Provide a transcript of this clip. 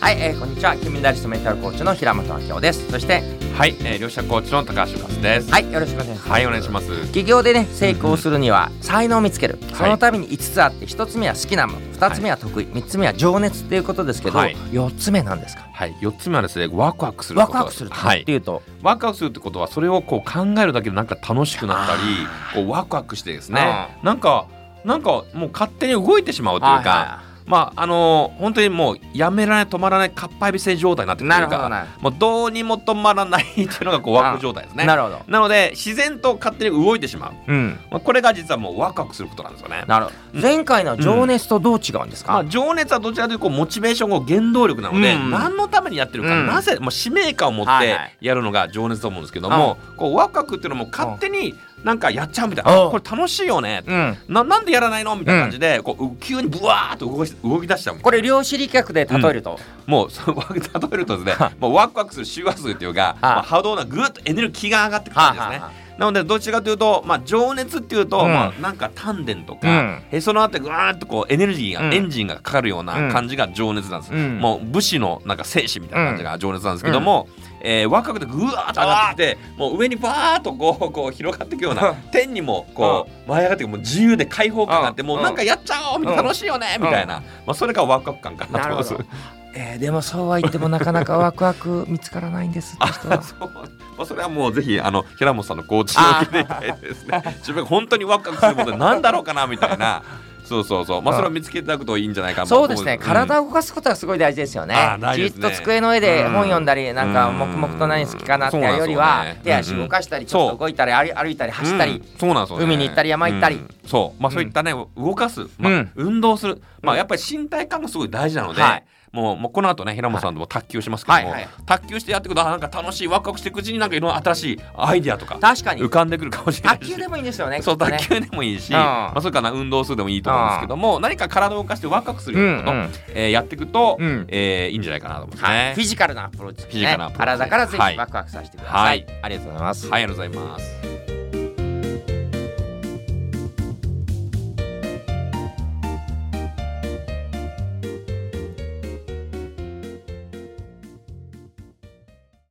はい、えーこんにちは金メダリストメンタルコーチの平本明夫ですそしてはい、えー、両者コーチの高橋和です。はいよろしくお願いしますはい、お願いします。起業でね成功するには才能を見つける、いそのために5つあって1つ目は好きなもの2つ目は得意、3つ目は情熱っていうことですけど、はい4つ目なんですかはい、四つ目はですね、ワクワクするこワと。クワクするはっいて。いうと、ワクワクするってことは、それをこう考えるだけで、なんか楽しくなったり、こうワクワクしてですね。なんか、なんか、もう勝手に動いてしまうというか。まあ、あのー本当にもう、やめられない、止まらない、かっぱえびせ状態になってくるなるというほどか。なもう、どうにも止まらないっていうのが、こう、ワクワク状態ですね。なるほど、なので、自然と勝手に動いてしまうう。ん、まあ、これが実はもう、ワクワクすることなんですよね。なるほどうん前回の情熱とどう違うんですまか、あ、情熱はどちらかというとこうモチベーションを原動力なので、うん何のためにやってるか、うんなぜ、まあ、使命感を持っはいてはいやるのが情熱と思うんですけども、こうワクワクっていうのも勝手になんかやっちゃうみたいな、うんこれ楽しいよね、うんななんでやらないのみたいな感じで、こう急にブワーッと動き動き出しちゃうみたいこれ量子力学で例えると、なもうその 例えるとですねもうワクワクする周波数っていうか、まあ、波動がぐーっとエネルギーが上がってくるんですね。なのでどちらかというと、まあ、情熱っていうと、うんまあ、なんか丹田とうかん、へそのあたりぐわーっとこうエネルギーが、うんエンジンがかかるような感じが情熱なんです、うんもう武士のなんか精神みたいな感じが情熱なんですけども、えー、若くてぐわーっと上がってきてもう上にバーっとこうこう広がっていくような天にもこう舞い上がってくもう自由で開放感があってうんもうなんかやっちゃおうみたいなうん楽しいよねみたいな、まあ、それがワクワク感かなと思いますなる。えーでもそうは言ってもなかなかワクワク見つからないんですって人は そうまあ、それはもうぜひあの平本さんのコーチを受けていただいてですね自分が本当にワクワクすることで何だろうかなみたいなそうそうそうまあそれは見つけていただくといいんじゃないかなとそ思うですね、ん体を動かすことはすごい大事ですよねあー大じ事でっすねと机の上で本読んだり、なんかうん黙々と何好きかなってそうなんやでるすよよねりは、手足うんうん動かしたりちょっと動いたり歩歩いたり走ったり、うんそうなんですよね海に行ったり山行ったりうんそうまあそういったね、動かす、まあうん運動するまあやっぱり身体感がすごい大事なので、はいもうもうこの後ね平本さんとも卓球しますけども、はいはい卓球してやってくとあなんか楽しいワクワクしていくうちになんかいろんな新しいアイディアとか確かに浮かんでくるかもしれない卓し球でもいいんですよねそうきっとね卓球でもいいし、うんまあ、それから運動するでもいいと思うんですけども何か体を動かしてワクワクするようなこと、うんうんえーやっていくと、うんえーいいんじゃないかなと思いますはねい、フ。ィジカルなアプローチですフィねジカルなアプローチ体からぜひはいワクワクさせてください、はいありがとうございます、はい、ありがとうございます。